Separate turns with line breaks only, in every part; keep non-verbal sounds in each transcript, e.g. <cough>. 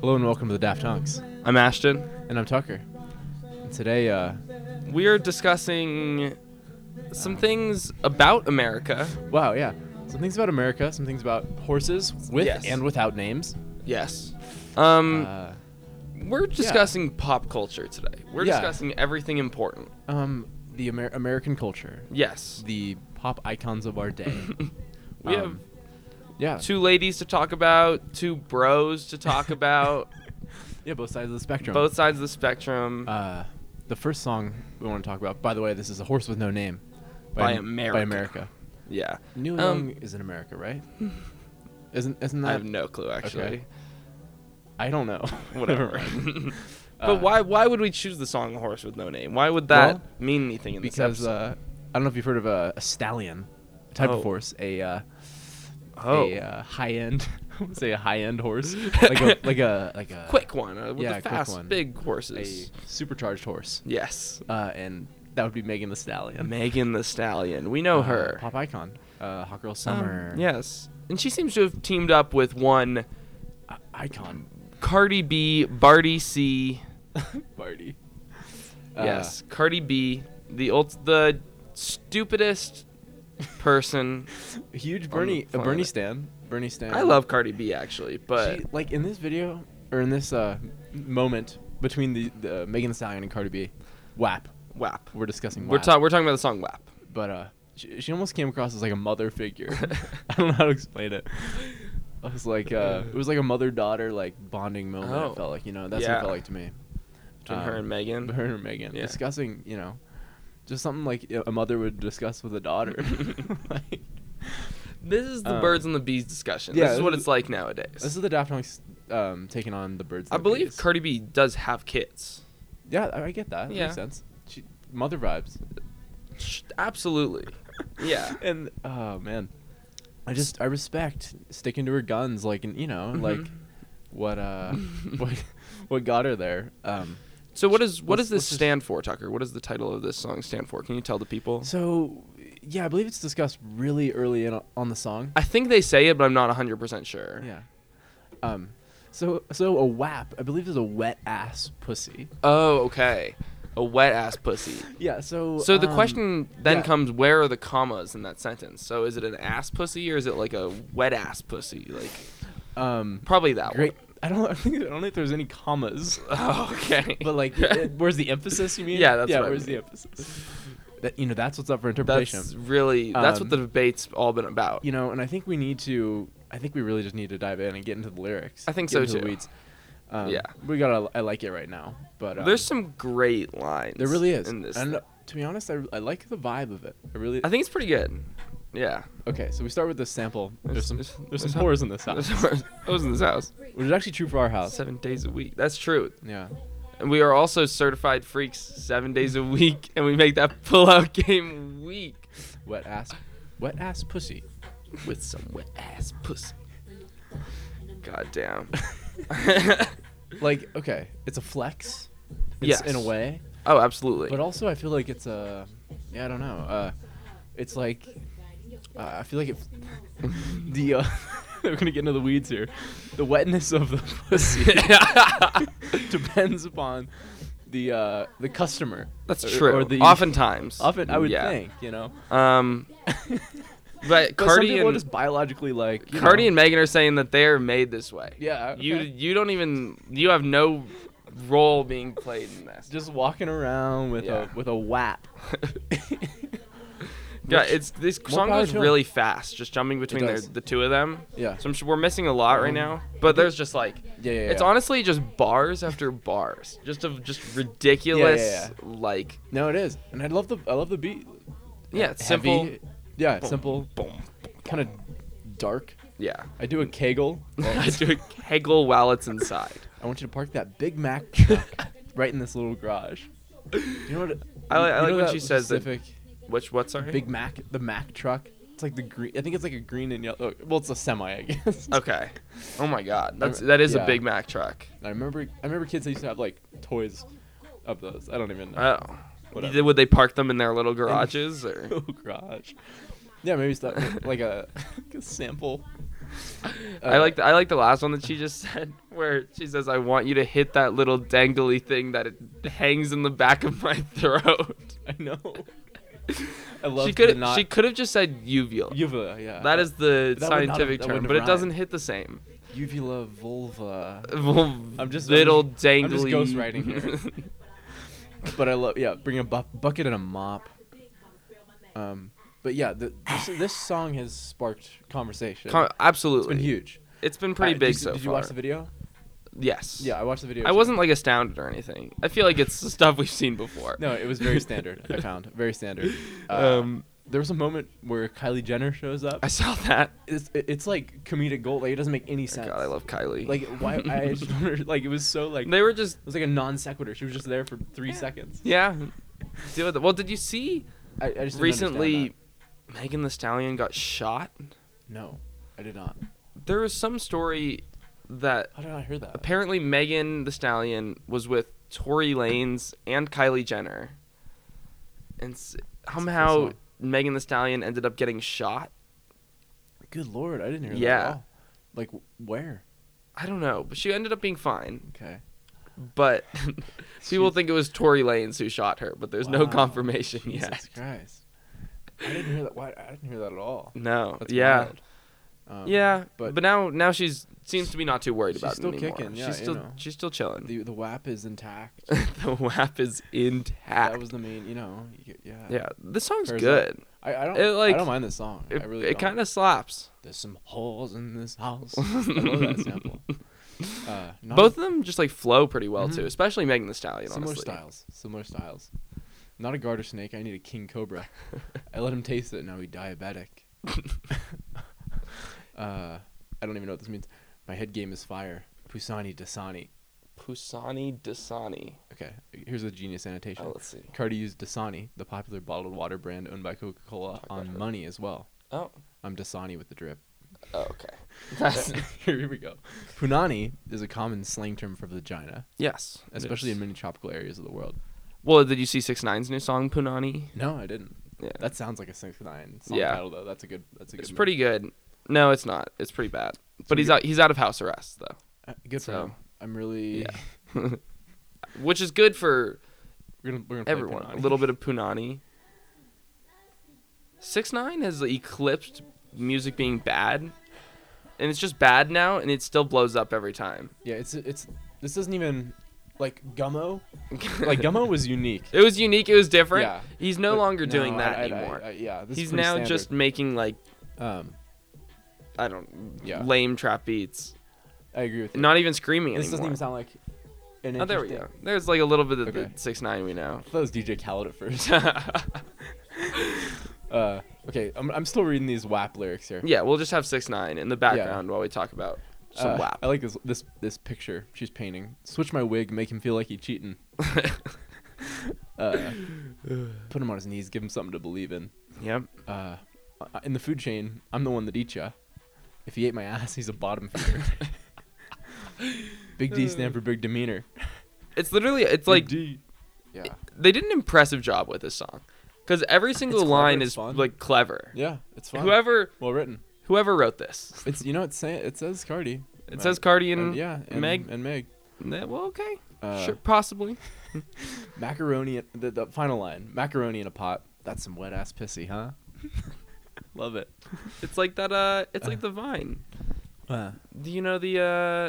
Hello and welcome to the Daft Hunks,
I'm Ashton.
and I'm Tucker. And today, uh,
We are discussing some things about America.
wow, yeah, some things about America, some things about horses with
Yes.
and without names.
Yes. Um,
Uh,
we're discussing pop culture today. We're
Yeah.
discussing everything important.
um, the Amer- American culture,
Yes.
the pop icons of our day.
<laughs> We
Um, yeah,
have two ladies to talk about, two bros
<laughs>
to talk about,
yeah, both sides of the spectrum.
both sides of the spectrum.
Uh, the first song we want to talk about. By the way, this is a horse with no name. By
By America.
America.
yeah.
Neil
Um,
Young is in America, right? <laughs> Isn't isn't
I
that?
have no clue actually.
I don't
<laughs>
know. <laughs>
Whatever.
Never mind.
<laughs> but
Uh,
why why would we choose the song Horse with No Name? Why would that
Well,
mean anything in
because
this episode?
uh, I don't know if you've heard of a, a stallion, a type
Oh.
of horse, a uh,
oh.
a uh, high <laughs> end, say a high end horse,
<laughs>
like a like a like a
quick one uh, with
yeah,
the
a quick
fast
one.
big
a
horses.
supercharged horse,
Yes.
uh, and that would be Megan the Stallion.
Megan the Stallion. We know
Uh,
her.
pop icon, uh, hot girl
Um,
summer,
yes. And she seems to have teamed up with one
I- icon, <laughs>
Cardi B, Barty C.
Barty.
yes, Cardi B, the ult- the stupidest person.
Uh, <laughs> huge Bernie, a Bernie
planet.
Stan, Bernie Stan.
I love Cardi B actually, but
She- like in this video or in this uh, moment between the, the uh, Megan Thee Stallion and Cardi B, WAP.
WAP.
We're discussing WAP.
We're ta- we're talking about the song WAP.
but uh, she, she almost came across as like a mother <laughs> figure. I don't know how to explain it. I was like, uh, it was like a mother daughter like bonding moment.
Oh.
It felt like you know that's what
Yeah.
it felt like to me.
<laughs> Between her
Um,
and Megan.
Her and Megan
Yeah.
discussing you know, just something like a mother would discuss with a
<laughs>
daughter. <laughs> like,
This is the
um,
birds and the bees discussion.
yeah,
this is
this
what
is-
it's like nowadays.
this is the Daft Punk's um, taking on the birds.
I
and the
believe
bees.
Cardi B does have kids.
Yeah, I I get that. That
Yeah.
makes sense. She, mother vibes.
Sh- Absolutely. <laughs> Yeah.
<laughs> and oh man, I just I respect sticking to her guns, like and you know, like
Mhm.
what
<laughs>
uh what what got her there. Um,
So what is what
Let's-
does this
let's just-
stand for, Tucker? What does the title of this song stand for? Can you tell the people?
so yeah, I believe it's discussed really early in on the song.
I think they say it, but I'm not 100% sure.
Yeah. Um, so so a whap, I believe is a wet ass pussy.
Oh, okay. A wet ass pussy.
Yeah. So
So the
um,
question then
yeah.
comes where are the commas in that sentence? So is it an ass pussy or is it like a wet ass pussy? Like
um
probably that
great. I don't <laughs> I think I don't know if there's any commas.
one. Oh, <laughs> okay.
<laughs> But
<laughs>
like, it- where's the emphasis? You mean?
Yeah, that's
yeah.
what I
where's
mean.
the emphasis? That you know, that's what's up for interpretation.
that's really that's
Um,
what the debate's all been about.
you know, and I think we need to. I think we really just need to dive in and get into the lyrics.
I think
get
so,
into the
too.
weeds. Um,
Yeah.
we got. I like it right now, but um,
There's some great lines.
there really is.
In this.
and
thing.
to be honest, I, I like the vibe of it. I really.
I think it's pretty good. Yeah.
okay, so we start with this sample. There's some. There's, some
ho-
horrors in this house,
there's whores- whores in this house.
which is actually true for our house.
Seven days a week. That's true.
Yeah.
And we are also certified freaks seven days a week, and we make that <laughs> pull-out game week
Wet ass. Wet ass pussy.
with some wet ass
<laughs>
pussy. God damn.
Like okay, it's a flex. It's
Yes.
In a way,
<laughs> oh, absolutely.
but also I feel like it's a. Yeah, I don't know. Uh, it's like. Uh, I feel like it. <laughs> the uh, <laughs> we're gonna get into the weeds here. The wetness of the <laughs>
<laughs>
pussy depends upon the uh, the customer.
That's
Or-
true.
Or the
Oftentimes.
often I would
Yeah.
think you know.
Um, <laughs> but
But some
Cardi
people are
and
just biologically like you
Cardi
know,
and Megan are saying that they're made this way.
yeah okay.
You you don't even you have no role being played in this.
just walking around with
Yeah.
a with a whap.
<laughs> Yeah, it's this song
power
goes
to 'em.
really fast, just jumping between their,
does. Um,
the two of them.
yeah.
So I'm sure we're missing a lot right now, but there's just like
Yeah, yeah,
it's
yeah.
honestly just bars after bars, just of just ridiculous
yeah.
like
No, it is, and I love the I love the beat.
yeah, it's simple.
Heavy. Yeah, simple,
Boom.
kind of dark.
Yeah.
I do a
<laughs>
kegel.
I do a kegel while it's inside.
I want you to park that Big Mac
<laughs>
truck right in this little garage. Do You know what?
I li- I
you
like
know
when
that
she says that-
specific
Which what sorry?
Big Mac, the Mac truck. It's like the green. I think it's like a green and yellow. Well, it's a semi, I guess.
Okay. Oh my god. That's that is
Yeah.
a Big Mac truck.
<laughs> I remember. I remember kids that used to have like toys of those. I don't even know.
Oh.
<laughs> Whatever. <laughs>
Would they park them in their little garages or
Oh, garage. Yeah, maybe stop like a, <laughs> like a sample. Uh,
I like the, I like the last one that she just <laughs> said, where she says, "I want you to hit that little dangly thing that it hangs in the back of my <laughs> throat."
<laughs> I
<laughs>
know. I love
she could
not
she could have just said uvula.
uvula. Yeah.
that is the
That would not have-
scientific
that
term,
wouldn't
but it
have
doesn't
rhymed.
hit the same.
uvula vulva.
<laughs> I'm
just-
little
I'm just-
dangly.
I'm just ghostwriting
<laughs>
here. But I love yeah, bring a bu- bucket and a mop. Um, but yeah, the, this this song has sparked conversation.
Con-
it's been
absolutely,
huge.
it's been pretty
Uh,
big
did, you-
so
Did you
far.
watch the video?
Yes.
Yeah, I watched the video.
I
too.
wasn't like astounded or anything. I feel like it's <laughs> the stuff we've seen before.
No, it was very standard.
<laughs>
I found very standard. Uh,
Um,
there was a moment where Kylie Jenner shows up.
I saw that.
It's, it's like comedic gold. Like it doesn't make any sense.
God, I love Kylie.
Like why?
<laughs>
I just wonder. Like it was so like
they were just
it was like a non sequitur. She was just there for three seconds. <laughs>
yeah. Deal with it. Well, did you see
I, I just didn't understand
recently?
that.
Megan the Stallion got shot.
No, I did not.
There was some story that
How did I hear that?
apparently Megan the Stallion was with Tory Lanez and Kylie Jenner, and s- somehow
song.
Megan the Stallion ended up getting shot.
Good lord, I didn't hear that.
Yeah.
At all. Like w- where?
I don't know, but she ended up being fine. <laughs>
Okay. <laughs>
But <laughs>
She-
people think it was Tory Lanez who shot her, but there's no
Wow.
confirmation
Jesus
yet.
Christ. I didn't hear that. Why? I didn't hear that at all.
No.
That's
yeah.
wild. Um,
Yeah,
but-
but, now now she's seems to be not too worried
She's
about
still
it anymore.
kicking, yeah,
she's
you
still
know.
she's still chilling.
The the WAP is intact.
<laughs> The, WAP is intact.
That was the main. You know. you get- Yeah.
yeah, this song's
Hers
good.
I, I don't.
It, like,
I don't mind this song.
It,
I really.
it
don't.
kind of slaps.
There's some holes in this house. I love that
<laughs>
sample. Uh, not
Both of them just like flow pretty well
Mhm.
too, especially Megan Thee Stallion.
similar
honestly.
styles. Similar styles. Not a garter snake. I need a king cobra. I let him taste it. Now he's
<laughs>
diabetic. uh, I don't even know what this means. My head game is fire. Pusani Dasani.
Pusani Dasani.
Okay, here's a genius annotation.
Oh, let's see.
Cardi used Dasani, the popular bottled water brand owned by Coca-Cola,
I
on
got it.
money as well.
Oh,
I'm Dasani with the drip.
oh okay. <laughs> That's,
<laughs> Here we go. Punani is a common slang term for vagina,
yes,
especially
yes.
in many tropical areas of the world.
Well, did you see Six Nine's new song Punani?
No, I didn't.
Yeah,
That sounds like a six nine song
Yeah.
title though. That's a good. That's a good.
it's
move.
pretty good. No, it's not. It's pretty bad. But
pretty
he's out. He's out of house arrest though.
Uh, good for
so,
him. I'm really.
yeah. which is good for
We're gonna, we're gonna play
everyone. A
Punani.
little bit of Punani. Six Nine has eclipsed music being bad, and it's just bad now, and it still blows up every time.
Yeah, it's it's. This isn't even like
<laughs>
Gummo. Like Gummo was unique.
it was unique. It was different.
Yeah.
He's no
But
longer doing
I-
that
I- I-
anymore.
I- yeah, this is
He's
pretty
now
standard.
just making like
Um,
I don't
Yeah.
lame trap beats.
I agree with you.
Not even screaming
this doesn't
anymore.
even sound like. An
oh, there we go.
interesting-
There's like a little bit of
Okay.
the six nine we know. <laughs>
I thought it was DJ Khaled at first. <laughs> uh, okay, I'm, I'm still reading these WAP lyrics here.
yeah, we'll just have six nine in the background while we talk about some
Uh,
WAP.
I like this this this picture she's painting. Switch my wig, make him feel like he cheating. Uh, put him on his knees, give him something to believe in.
<laughs> yep.
Uh, uh, in the food chain, I'm the one that eat ya. If he ate my ass, he's a bottom feeder. big D stand for big demeanor.
It's literally it's like
D. Yeah.
they did an impressive job with this song because every single
clever,
line
it's
is
fun.
like clever.
Yeah, it's fun.
Whoever
well written.
whoever wrote this,
It's you know it's saying it says Cardi.
it says Cardi and,
and, yeah, and
Meg.
and Meg.
Yeah, well, okay,
Uh,
sure, possibly.
Macaroni the, the final line. Macaroni in a pot. That's some wet ass pissy,
<laughs>
huh? Love it.
It's like that. Uh, it's like the Vine.
Uh,
Do you know the?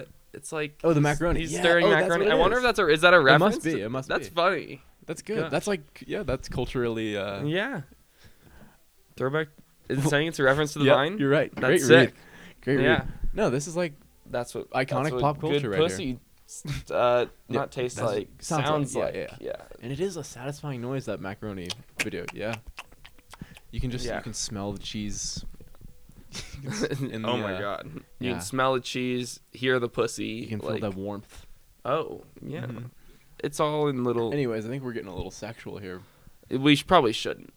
uh It's like
Oh, the
he's-
macaroni.
He's
Yeah,
stirring
oh, that's
macaroni.
what it
I wonder
is.
if that's a is that a
must
reference?
be, it must
That's
be.
funny.
that's good.
Gosh.
That's like yeah, that's culturally uh
Yeah. Throwback. Is
<laughs>
it saying it's a reference to the
yeah,
Vine?
You're right.
That's
Great read.
sick.
Great
Yeah.
read. No, this is like
That's what
Iconic
that's what
pop
good
culture right here.
pussy, s- Uh,
<laughs> Yeah,
not tastes
that's-
like
sounds like,
sounds,
yeah,
like,
yeah,
yeah.
And it is a satisfying noise that macaroni video. Yeah. You can just
Yeah.
you can smell the
<laughs>
cheese. You can s- <laughs> in
oh
the,
my
uh,
god! You
yeah.
can smell the cheese, hear the pussy.
You can feel
like,
that warmth.
Oh yeah,
Mhm.
it's all in little.
Anyways, I think we're getting a little sexual here,
we sh-
<laughs>
probably shouldn't.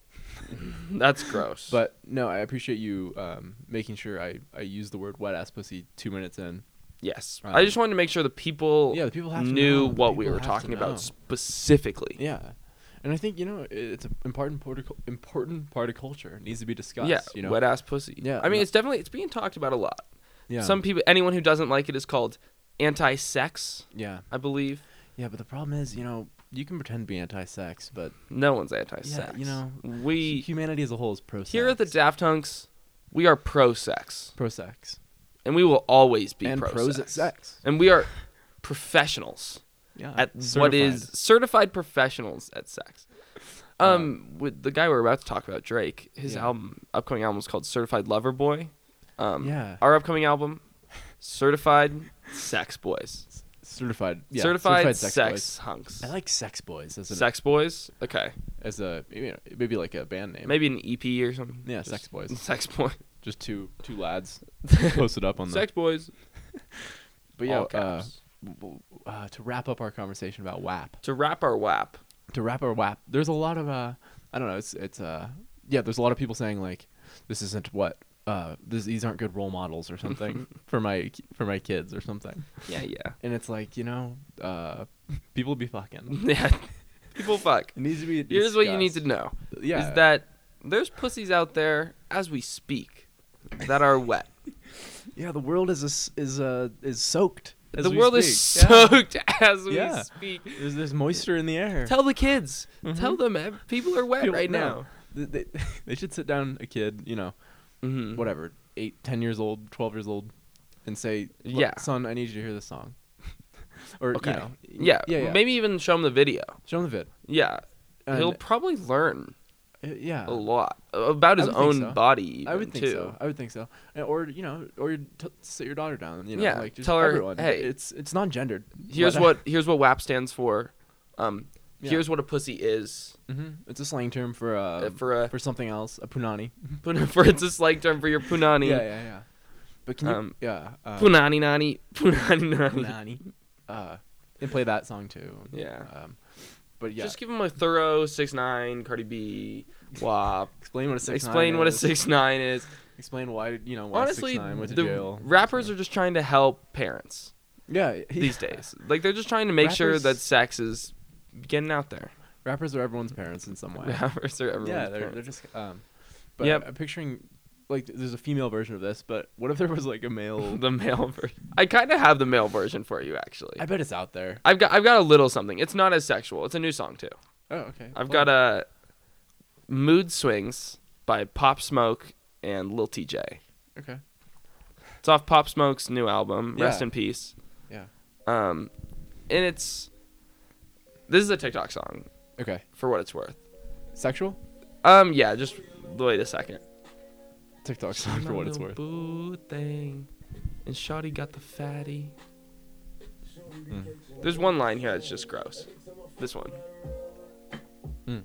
That's gross.
but no, I appreciate you um, making sure I I use the word wet ass pussy two minutes in.
yes,
Um,
I just wanted to make sure the people
Yeah, the people have to
knew
know. The
what we
people
were
have to
talking
know.
about specifically.
Yeah. And I think you know it's an important part of, cul- important part of culture It needs to be discussed.
yeah,
you know.
wet ass pussy.
Yeah,
I mean,
no-
it's definitely it's being talked about a lot.
yeah.
Some people, anyone who doesn't like it is called anti-sex.
yeah.
I believe
Yeah, but the problem is, you know, you can pretend to be anti-sex, but
no one's anti-sex.
you know,
we
humanity as a whole is pro-sex.
here at the Daft Hunks, we are pro-sex,
pro-sex
and we will always be
and
pro-sex.
sex.
and we are professionals
Yeah.
at what
certified.
is certified professionals at sex. Um, with the guy we're about to talk about, Drake, his
Yeah.
album, upcoming album is called Certified Lover Boy. Um,
Yeah.
Our upcoming album, Certified Sex Boys.
certified. Yeah,
certified,
sex.
sex, hunks.
Boys. I like sex boys as an
sex boys. Okay,
as a you know, maybe like a band name.
maybe an EP or something.
Yeah,
Just
sex boys.
<laughs> Sex boy.
Just two two
<laughs>
lads posted up on the.
sex boys.
but yeah,
all
uh,
caps.
w- w- uh, to wrap up our conversation about WAP.
to wrap our WAP.
to wrap our WAP, there's a lot of uh, I don't know, it's it's uh, yeah, there's a lot of people saying like, this isn't what uh, this, these aren't good role models or
<laughs>
something for my for my kids or something,
Yeah, yeah,
and it's like you know, <laughs> uh, people be fucking.
<laughs> yeah. People fuck.
It needs to be.
Here's what you need to
discussed.
know.
Yeah.
is that there's pussies out there as we speak that are wet.
yeah? The world is a s is uh is soaked. <laughs> as
the
we
world is
speak. Yeah.
<laughs> soaked as we
Yeah.
speak.
There's there's moisture in the air.
Tell the kids. Tell them eh, people are wet
People-
right
no.
now.
Th- They, <laughs> they should sit down a kid, you know,
Mm-hmm.
whatever, eight, ten years old, twelve years old, and say, "Look,
Yeah.
son, I need you to hear this song." <laughs> or
Okay.
you know,
Yeah.
yeah, yeah.
Maybe even show them the video.
show him the vid.
Yeah.
And,
He'll probably learn
uh, yeah,
a lot about
I
his
would think
own
so.
body.
I would
even,
think
too.
so. I would think so. And- Or you know, or t- sit your daughter down. You know,
Yeah,
like just
tell her,
everyone.
"Hey."
it's it's non-gendered. <laughs>
Here's what here's what WAP stands for. Um,
Yeah.
Here's what a pussy is
hmm It's a slang term for uh,
uh,
for,
for a <laughs>
something else, a punani.
for it's a slang term for your punani.
yeah, yeah, yeah. But can you
Um,
yeah uh,
<laughs> Punani nani, punani nani.
punani? Uh, and play that song too.
Yeah.
Um, but yeah,
Just give him a thorough six nine Cardi B WAP.
explain what a six.
Explain what a
six.
six nine is.
Explain why you know why
Honestly,
6ix9ine went to
the
jail.
rappers are just trying to help parents
yeah yeah.
these days. Like they're just trying to make sure
Rappers-
that sex is getting out there.
Rappers are everyone's parents in some way.
<laughs> Rappers are everyone's
yeah, they're
parents.
they're just um. But
Yep.
I'm picturing like there's a female version of this, but what if there was like a male?
<laughs> the male version. I kind of have the male version for you actually.
I bet it's out there.
I've got I've got a little something. It's not as sexual. It's a new song too.
Oh okay.
I've
Well,
got a Mood Swings by Pop Smoke and Lil TJ.
okay.
It's off Pop Smoke's new album, Rest
Yeah.
in Peace.
Yeah.
Um, and it's this is a TikTok song
Okay.
for what it's worth.
Sexual
Um, yeah, just wait a second.
TikTok song <laughs> for what it's worth.
Boo thing, and Shawty got the fatty. There's one line here that's just gross. This one.
Mm.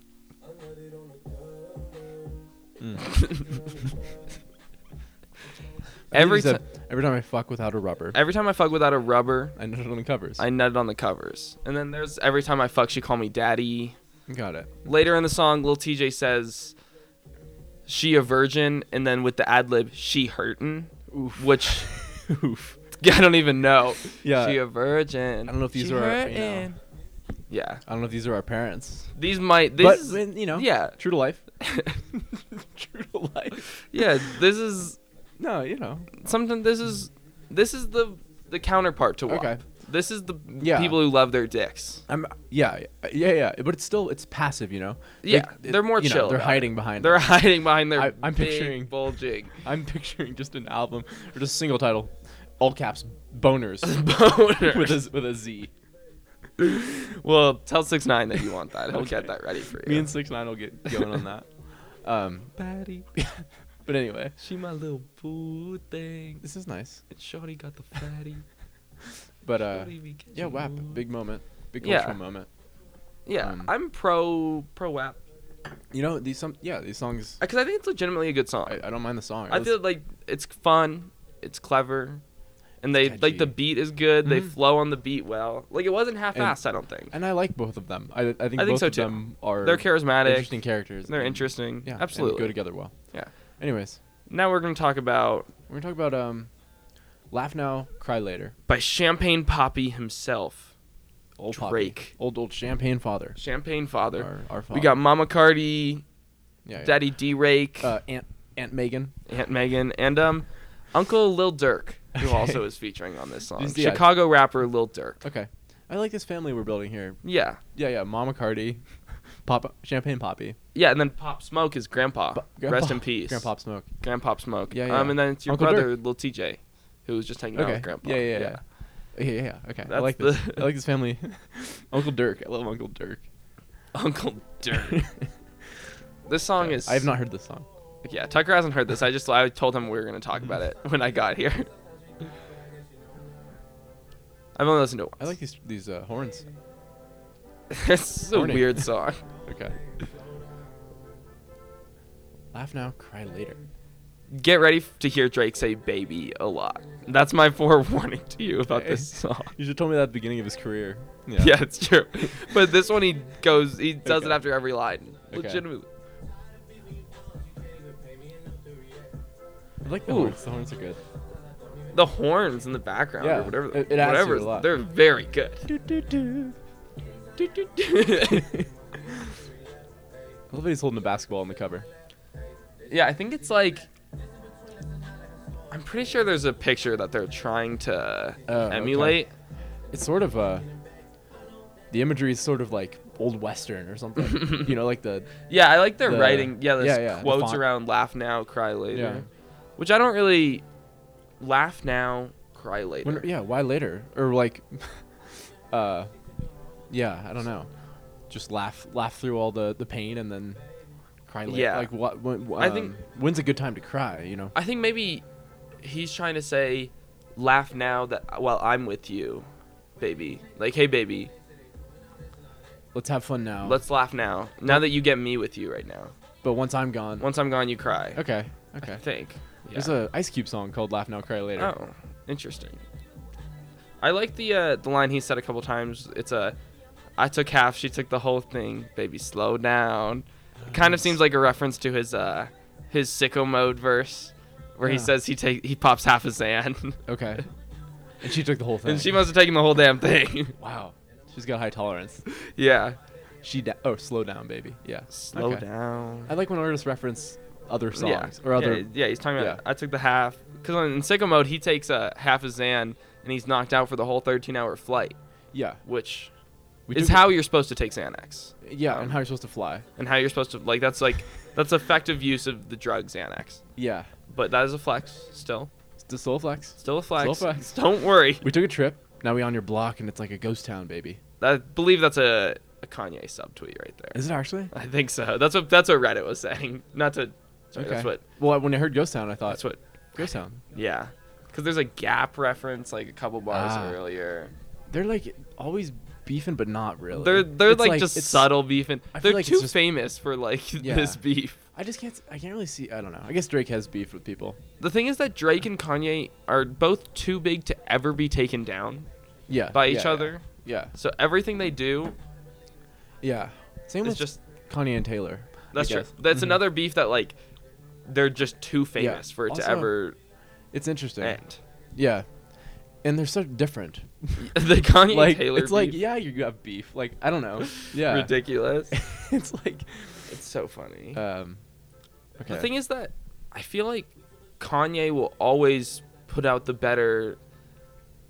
<laughs>
I think
every
it's a-
time,
every time I fuck without a rubber,
every time I fuck without a rubber,
I nut it on the covers.
I nutted on the covers. And then there's every time I fuck, she call me daddy.
got
<laughs>
it.
Later in the song, Lil TJ says, "She a virgin," and then with the ad lib, "She hurtin," which <laughs>
Oof.
I don't even know.
Yeah.
she uh, a virgin.
I don't know if these
She
are, you know-
hurtin'. Yeah,
I don't know if these are our parents,
these might.
but
This is,
when, you know,
yeah, <laughs>
true to life. true to life.
yeah. This is
<laughs> No, you know,
sometimes this is this is the the counterpart to WAP.
Okay.
This is the
Yeah.
people who love their dicks.
I'm yeah, yeah, yeah, but it's still it's passive, you know.
Yeah,
it-
they're more
you know,
chill
they're
about
hiding behind.
They're <laughs>
it.
hiding behind their
I- I'm
big,
picturing-
<laughs> bulging
<laughs> I'm picturing just an album or just a single title, all caps,
<laughs>
boners
boner.
<laughs> with a with a Z.
Well, tell six nine that you want that. He'll
Okay.
get that ready for you.
Me and Six Nine will get going on
<laughs>
that. Um,
Patty,
but anyway,
she my little boo thing.
this is nice.
And Shorty got the fatty.
But uh,
Shorty be
yeah,
catching
WAP,
mood.
big moment, big
Yeah.
cultural moment.
Yeah,
um,
I'm pro pro WAP
You know these some yeah these songs.
because I think it's legitimately a good song.
I, I don't mind the song.
I feel like it's fun, it's clever, and they like
catchy.
the beat is good. They
Mhm.
flow on the beat well. Like it wasn't half-assed. I don't think
and I like both of them. I, I think
I think
both
so,
of
too.
them are
they're charismatic.
interesting characters.
They're
and-
interesting.
Yeah, and
absolutely.
go together well.
Yeah.
Anyways,
Now we're gonna talk about
We're gonna talk about um, laugh now, cry later.
by Champagne Poppy himself.
Old Oh, Poppy.
Drake.
Old old champagne father.
Champagne Father.
Our, our father.
We got Mama Cardi,
yeah, yeah.
Daddy D Rake,
Uh, Aunt Aunt Megan.
Aunt Megan, and um, Uncle Lil Durk,
<laughs>
who
Okay.
also is featuring on this song.
Just- yeah.
Chicago rapper Lil Durk.
Okay. I like this family we're building here.
Yeah.
Yeah, yeah. Mama Cardi, Papa Champagne Poppy,
Yeah, and then Pop Smoke is Grandpa.
Ba-
Rest
Grandpa-
in peace.
Grandpa Smoke.
Grandpa Smoke.
Yeah, yeah.
Um, and then it's your
Uncle
brother, Lil TJ, who was just hanging out
Okay.
with Grandpa.
Yeah, yeah, yeah. Yeah, yeah. yeah. Okay. I
That's
like this.
the-
I like this
<laughs>
family. Uncle Dirk. I love Uncle Dirk.
Uncle Dirk.
<laughs>
this <laughs> song is.
I have not heard this song.
Yeah, Tucker hasn't heard this. I just I told him we were gonna talk about it <laughs> when I got here. I've only listened to it.
I
<laughs>
like these these uh, horns.
Once. this is a
Horny. <laughs>
weird song.
Okay. Laugh now, cry later.
Get ready f- to hear Drake say "baby" a lot. That's my <laughs> forewarning to you about this song.
You should have told me that at the beginning of his career.
Yeah. it's true. But this one, he goes, he does it
Okay.
after every line.
Okay.
Legitimately.
I like the
Ooh.
horns. The horns are good.
The horns in the background
Yeah,
or whatever.
it- it adds to it
whatever.
a lot.
They're very good.
<laughs>
<laughs>
I love that he's holding a basketball in the cover.
Yeah, I think it's like. I'm pretty sure there's a picture that they're trying to
Oh, okay.
emulate.
It's sort of uh the imagery is sort of like old western or
<laughs>
something. you know, like the
Yeah, I like their
The-
writing. Yeah, there's
yeah, yeah, the
quotes
font.
around "laugh now, cry later,"
Yeah.
which I don't really. Laugh now, cry later.
when, yeah, why later? Or like <laughs> uh yeah, I don't know. Just laugh laugh through all the the pain and then cry later.
Yeah.
Like what when,
I think-
um, when's a good time to cry, you know?
I think maybe he's trying to say, "Laugh now that while I'm with you, baby." Like, hey, baby,
Let's have fun now.
let's laugh now. Now that you get me with you right now.
but once I'm gone.
Once I'm gone, you cry.
okay.
I
Okay.
think. <laughs> Yeah.
There's a Ice Cube song called Laugh Now Cry Later.
Oh, interesting. I like the uh, the line he said a couple times. It's a, I took half, she took the whole thing. Baby, slow down. It kind of seems like a reference to his uh his sicko mode verse, where he
Yeah.
says he take he pops half a Xan, <laughs>
Okay. And she took the whole thing.
Oh. and she must have taken the whole damn thing. <laughs>
wow. She's got high tolerance.
yeah,
She da- oh, slow down, baby. Yeah.
slow
Okay.
down.
I like when artists reference other
yeah.
songs or other.
yeah, yeah, he's talking about
yeah.
I took the half because in sicko mode he takes a half a Xan and he's knocked out for the whole 13 hour flight,
Yeah.
which
We
is
do-
how you're supposed to take Xanax.
Yeah,
um,
and how you're supposed to fly.
and how you're supposed to like that's like that's effective use of the drug Xanax.
Yeah.
But that is a flex still.
The soul flex.
Still a flex.
Still a flex.
<laughs> Don't worry.
We took a trip. Now we on your block, and it's like a ghost town, baby.
I believe that's a, a Kanye subtweet right there.
Is it actually?
I think so. That's what that's what Reddit was saying. <laughs> Not to sorry, that's what
Well, when I heard ghost town, I thought
that's what
ghost town.
yeah. Cuz there's a gap reference like a couple bars
Ah.
earlier.
They're like always beefing, but not really.
They're they're
It's
like, just
it's-
subtle beef and
I feel
they're
like it's
too
just-
famous for like <laughs>
Yeah.
this beef.
I just can't. I can't really see. I don't know. I guess Drake has beef with people.
The thing is that Drake and Kanye are both too big to ever be taken down
Yeah.
by
yeah,
each
yeah,
other.
Yeah.
So everything they do
Yeah. Same
It's
with
just
just Kanye and Taylor. I
that's true.
guess. Mm-hmm.
That's another beef that like they're just too famous for it to
Also-
ever
It's interesting.
end. <laughs>
Yeah. And they're so different.
the Kanye
like
Taylor
it's like
beef,
yeah, you have beef. Like I don't
<laughs>
know. Yeah.
ridiculous.
<laughs> it's like
it's so funny.
um okay.
The thing is that I feel like Kanye will always put out the better.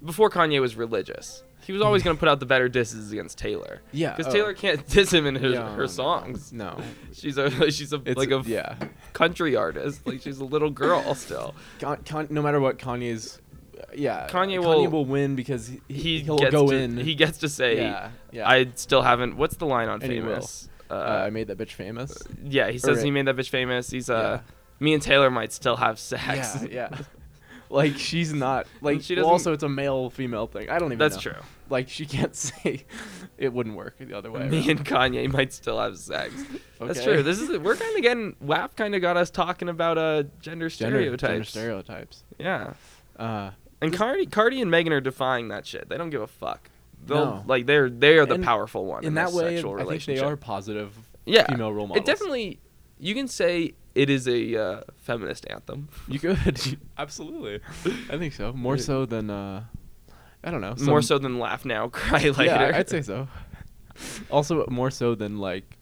Before Kanye was religious, he
<laughs>
was always going to put out the better disses against Taylor
yeah.
because
oh,
Taylor can't diss him in her,
Yeah,
her
no,
songs.
No.
<laughs> She's a she's a
It's
like a
yeah.
country artist. Like she's a
<laughs>
little girl still.
Con- Con- no matter what Kanye's yeah.
Kanye
Kanye
will-
will win because he,
He
he'll
gets
go
to,
in.
He gets to say
yeah. Yeah.
I still haven't. What's the line on
And he will.
famous? Uh,
uh, I made that bitch
<laughs>
famous.
yeah, he says
or-
he made that bitch famous. He's uh,
Yeah.
me and Taylor might still have sex. <laughs>
Yeah, yeah. Like she's not like
she
she well,
doesn't-
also it's a male female thing. I don't even
that's
know.
true.
Like she can't <laughs> say it wouldn't work the other way.
Me
around.
and Kanye might still have sex. <laughs> That's
Okay.
true. This is we're kind of getting WAP kind of got us talking about uh
Gender-
gender stereotypes.
Gender stereotypes.
Yeah,
Uh,
and Cardi, Cardi and Megan are defying that shit. They don't give a fuck. They'll
No.
like they're they are the
And
powerful one in,
in that
this
way,
sexual
I think they
relationship.
are positive
yeah.
female role
it
models.
definitely you can say it is a uh, feminist anthem. <laughs>
You could absolutely. <laughs> I think so. More
Yeah.
so than uh, I don't know. some-
More so than laugh now, <laughs> cry later.
Yeah, I'd say so. also, more so than like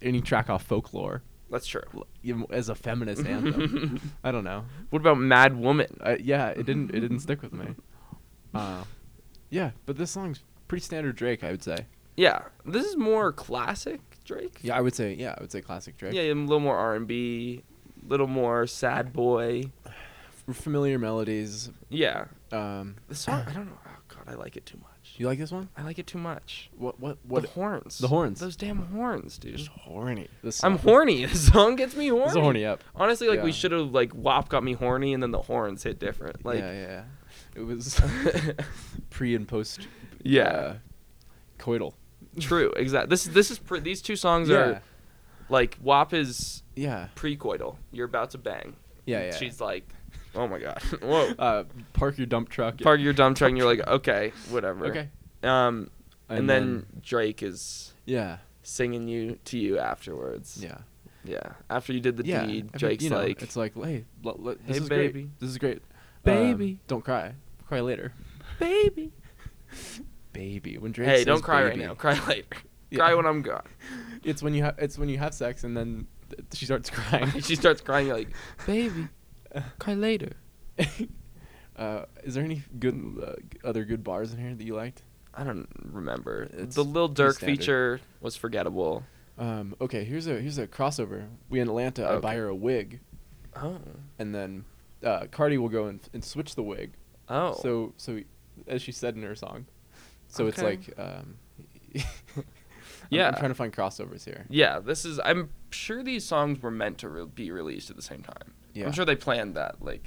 any track off folklore
<laughs> that's true.
l- you know, as a feminist
<laughs>
anthem.
Mm-hmm.
I don't know.
What about Mad Woman?
I, yeah, it didn't. It didn't stick with me. Uh, yeah, but this song's pretty standard Drake, I would say.
Yeah, this is more classic Drake.
Yeah, I would say. Yeah, I would say classic Drake.
yeah, a little more R and B, little more sad boy.
F- familiar melodies.
Yeah,
Um,
the song. I don't know. Oh God, I like it too much.
you like this one?
I like it too much.
What? What?
the
What?
horns.
the horns.
Those damn horns, dude.
Just horny. This
I'm
song-
horny. <laughs> The song gets me horny.
This is a horny up.
Honestly, like we
Yeah.
should have like WAP got me horny, and then the horns hit different. Like,
yeah, yeah. It was
<laughs>
pre and post.
Yeah.
uh, coital.
true, exactly. This this is pre- these two songs
Yeah.
are like WAP is
Yeah.
precoital. You're about to bang.
Yeah.
And
Yeah.
She's like, oh my god, <laughs>
<laughs>
whoa.
uh, park your dump truck.
Park your dumb truck, and you're like, okay, whatever.
Okay.
Um, and, then, Drake is
yeah,
singing you to you afterwards.
yeah,
Yeah. After you did the
yeah. I mean,
deed, Drake's
you know,
like,
it's like, hey, l- l- this
Hey,
is great.
baby.
This is great. Um,
Baby.
don't cry. Cry later.
baby.
Baby. When Drake
Hey,
says
don't cry
baby,
right now. Cry <laughs> later.
Yeah.
Cry when
<laughs>
I'm gone.
It's when you ha- it's when you have sex and then th- she starts crying.
<laughs>
<laughs>
she starts crying you're like, baby, cry later.
uh, is there any good uh, g- other good bars in here that you liked?
I don't remember.
It's
the Lil
pretty
Durk
standard.
feature was forgettable.
Um, okay, here's a here's a crossover. We in Atlanta. I buy
Okay.
her a wig,
Oh.
and then uh, Cardi will go and, and switch the wig.
Oh.
So so as she said in her song. So it's
Okay.
like um <laughs> I'm-
Yeah.
I'm trying to find crossovers here.
yeah, this is. I'm sure these songs were meant to re- be released at the same time.
Yeah.
I'm sure they planned that. Like,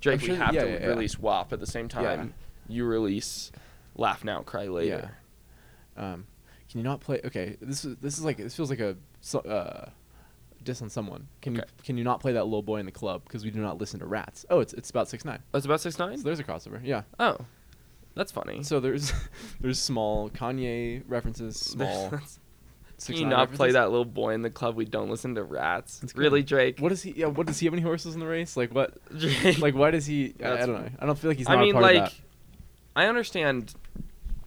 Drake,
sure-
we have
yeah,
to
yeah, yeah.
release WAP at the same time. You release Laugh Now, Cry Later.
Um can you not play okay, this is this is like this feels like a so- uh diss on someone. Can
Okay.
you can you not play that little boy in the club because we do not listen to rats. Oh, it's it's about 6-9.
Oh, it's about six nine.
So there's a crossover. Yeah.
Oh, that's funny.
So there's <laughs> there's small Kanye references,
<laughs> There's-
small
<laughs> that's-
6
Can you not play that little boy in the club? We don't listen to rats.
That's good.
really, Drake?
What does he yeah, what does he have any horses in the race? Like what
<laughs> Drake?
like why does he I, I
That's
don't know. I don't feel like he's not
I mean,
a part of
like,
that.
I understand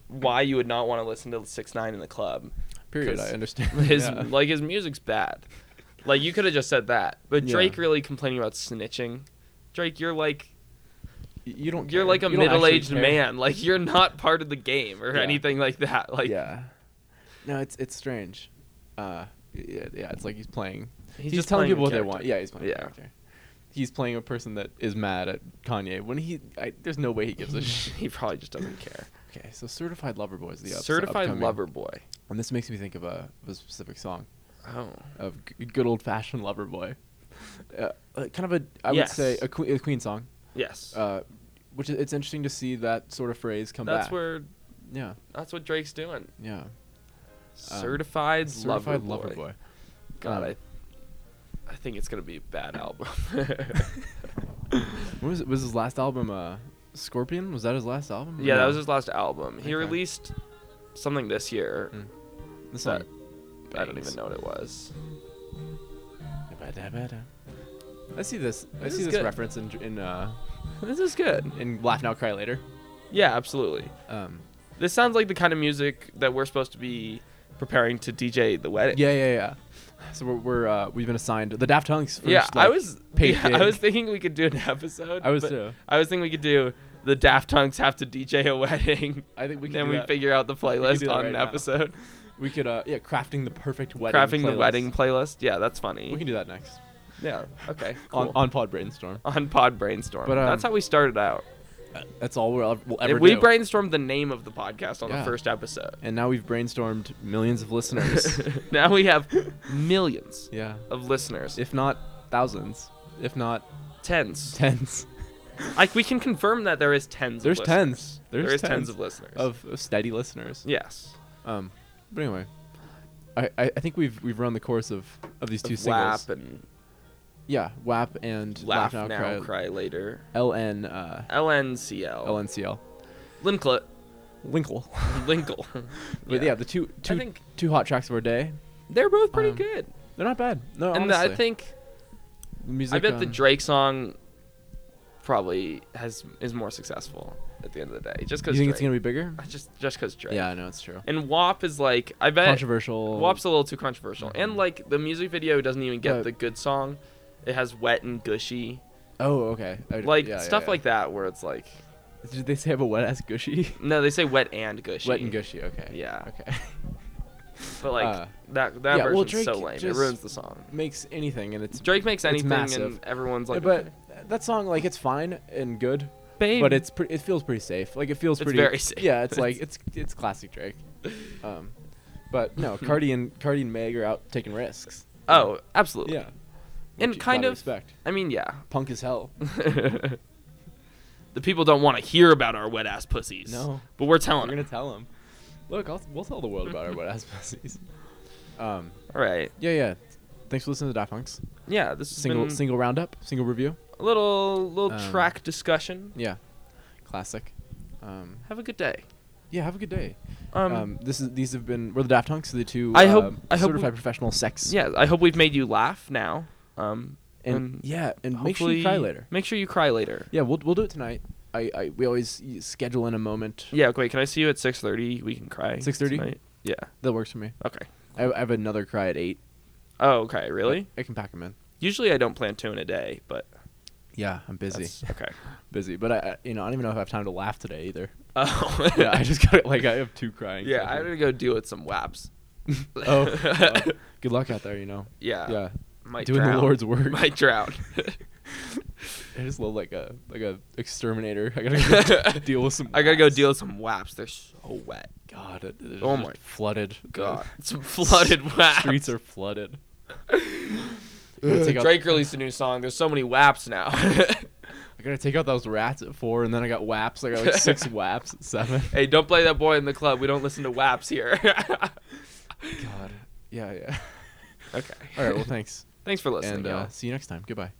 why you would not want to listen to Six Nine in
<laughs>
the club.
Period.
'cause
I understand.
His
Yeah.
like his music's bad. Like you could have just said that, but
Yeah.
Drake really complaining about snitching. Drake, you're like
Y- you don't.
you're
care.
like a
You don't actually
middle-aged
care.
man. <laughs> Like you're not part of the game or
Yeah.
anything like that. Like
yeah. No, it's it's strange. Uh, yeah, yeah, it's like he's playing.
he's,
He's,
just
telling
playing a
people what they
character.
want. Yeah, he's playing a
Yeah.
character. He's playing a person that is mad at Kanye when he. I, there's no way he gives a
<laughs>
shit.
<laughs> he probably just doesn't care.
Okay, so certified lover boy is <laughs> the ups-
Certified
upcoming-
lover boy.
and this makes me think of a, of a specific song
Oh,
of g- good old fashioned lover boy. <laughs> Uh, uh, kind of a I
Yes.
would say a queen, a queen song,
yes.
uh, which is, it's interesting to see that sort of phrase come
that's
back.
where
yeah,
that's what Drake's doing.
yeah.
Certified,
Um, Certified
lover, boy.
boy.
God,
Um,
I, I think it's gonna be a bad album. <laughs>
What was it? Was his last album uh Scorpion? Was that his last album?
yeah, that was
No.
his last album.
Okay.
He released something this year.
Mm. This
that-
song
I don't
bangs.
even know what it was.
Ba-da-ba-da. I see this. I
This
see
is
this
good.
reference in in uh
This is good.
in Laugh Now Cry Later.
Yeah, absolutely.
Um
This sounds like the kind of music that we're supposed to be preparing to DJ the wedding.
yeah, yeah, yeah. So we're, we're uh we've been assigned the Daft Punk's first
yeah. I
like,
was
paid
yeah,
gig.
I was thinking we could do an episode.
I was uh,
but
too.
I was thinking we could do the Daft Punks have to DJ a wedding.
I think we could
then
do
we
that.
figure out the
do
playlist
that
on
right
an
now.
episode.
we could uh yeah, crafting the perfect wedding
Crafting the
playlist.
wedding playlist. Yeah, that's funny.
We can do that next.
yeah. Okay.
<laughs> On
Cool.
on Pod Brainstorm.
on Pod Brainstorm.
But, um,
That's how we started out.
That's all we'll, ev- we'll ever
Uh, we
do.
brainstormed the name of the podcast on
Yeah.
the first episode.
<laughs> and now we've brainstormed millions of listeners.
<laughs> now
<laughs>
we have millions
yeah.
of listeners.
if not thousands, if not
tens.
tens
Like we can confirm that there is tens.
There's
of
tens.
listeners.
There's
There is tens.
tens
of listeners.
of, of steady listeners.
yes.
Um, but anyway, I, I, I think we've we've run the course of of these two
Of
singles.
WAP and
yeah, WAP and
laugh, now,
Cry,
cry, Oh. later.
LN uh,
LNCL.
LNCL
<laughs> Linkle.
Linkle.
Linkle.
But yeah. the two two
think-
two hot tracks of our day.
they're both pretty
um,
good.
They're not bad. No,
And
honestly.
I think
The music. um,
I bet the
on-
Drake song probably has is more successful at the end of the day. Just
You
because
think it's gonna be bigger?
just just because Drake.
Yeah, I know it's true.
And WAP is like I bet
Controversial. Mm-hmm.
WAP's a little too controversial. And like the music video doesn't even get
But-
the good song. It has wet and gushy,
Oh, okay. I-
like
yeah, yeah,
stuff
yeah.
like that, where it's like
Did they say I have a wet ass gushy?
no, they say wet and gushy.
Wet and gushy. Okay.
Yeah. <laughs>
Okay.
But like
Uh,
that that
yeah, well,
version's so
Drake
lame. It
just-
ruins the song.
Makes anything, and it's.
Drake makes anything,
massive.
and everyone's like,
but
okay.
that song, like, it's fine and good,
babe.
but <laughs> it's pre- it feels pretty safe. Like it feels
It's
pretty.
very safe.
Yeah,
<laughs>
it's like it's it's classic Drake. Um, but no,
<laughs>
Cardi and Cardi and Meg are out taking risks.
oh, absolutely.
Yeah.
And
Which you
kind
gotta
of-
respect.
I mean, yeah.
punk as hell.
<laughs> the people don't want to hear about our wet ass pussies.
No.
but we're
We're
telling.
gonna
them.
tell them. Look, I'll, we'll tell the world about our wet
<laughs>
ass pussies. Um,
All right.
yeah, yeah. Thanks for listening to Daft Punk's
Yeah, this has
single
been
single roundup, single review.
a little little
Um,
track discussion.
Yeah, classic. Um,
Have a good day.
yeah, have a good day.
Um,
Um, this is these have been we're the Daft Punks, the two
I
uh,
hope- I hope
certified
we-
professional sex.
yeah, I hope we've made you laugh now. Um,
and,
and
yeah, and make sure you cry
hopefully-
later.
Make sure you cry later.
Yeah, we'll we'll do it tonight. I, I we always y- schedule in a moment
Yeah. Wait, can I see you at six thirty? We can cry.
6:30?
tonight. Yeah.
that works for me.
Okay.
I, I have another cry at eight.
Oh, okay. Really?
I can pack them in.
Usually I don't plan two in a day, but
Yeah, I'm busy,
that's-
<laughs>
okay.
busy. But I, I you know I don't even know if I have time to laugh today
<laughs>
either. <laughs>
Oh, <laughs>
yeah, I just got like I have two crying.
yeah. I gotta go deal with some waps.
<laughs> oh,
<laughs>
well, good luck out there. You know.
yeah,
yeah,
Uh, Might
doing
drown.
the
<laughs>
Lord's work.
Might drown.
<laughs> I just look like a like a exterminator. I gotta
<laughs>
go deal with some.
I gotta go
rats.
deal with some waps. They're so wet.
God, it, it
Oh
just
my
flooded.
God, <laughs> some flooded
<laughs>
waps.
Streets
<laughs>
are flooded. I gotta, take out,
Drake released a new song. There's so many waps now. <laughs>
I gotta take out those rats at four, and then I got waps. I got like
<laughs>
six waps at seven.
hey, don't play that boy in the club. We don't listen to waps here. <laughs>
God. Yeah, yeah.
okay.
All right. Well, thanks,
<laughs> Thanks for listening.
and
y'all.
uh, see you next time. Goodbye.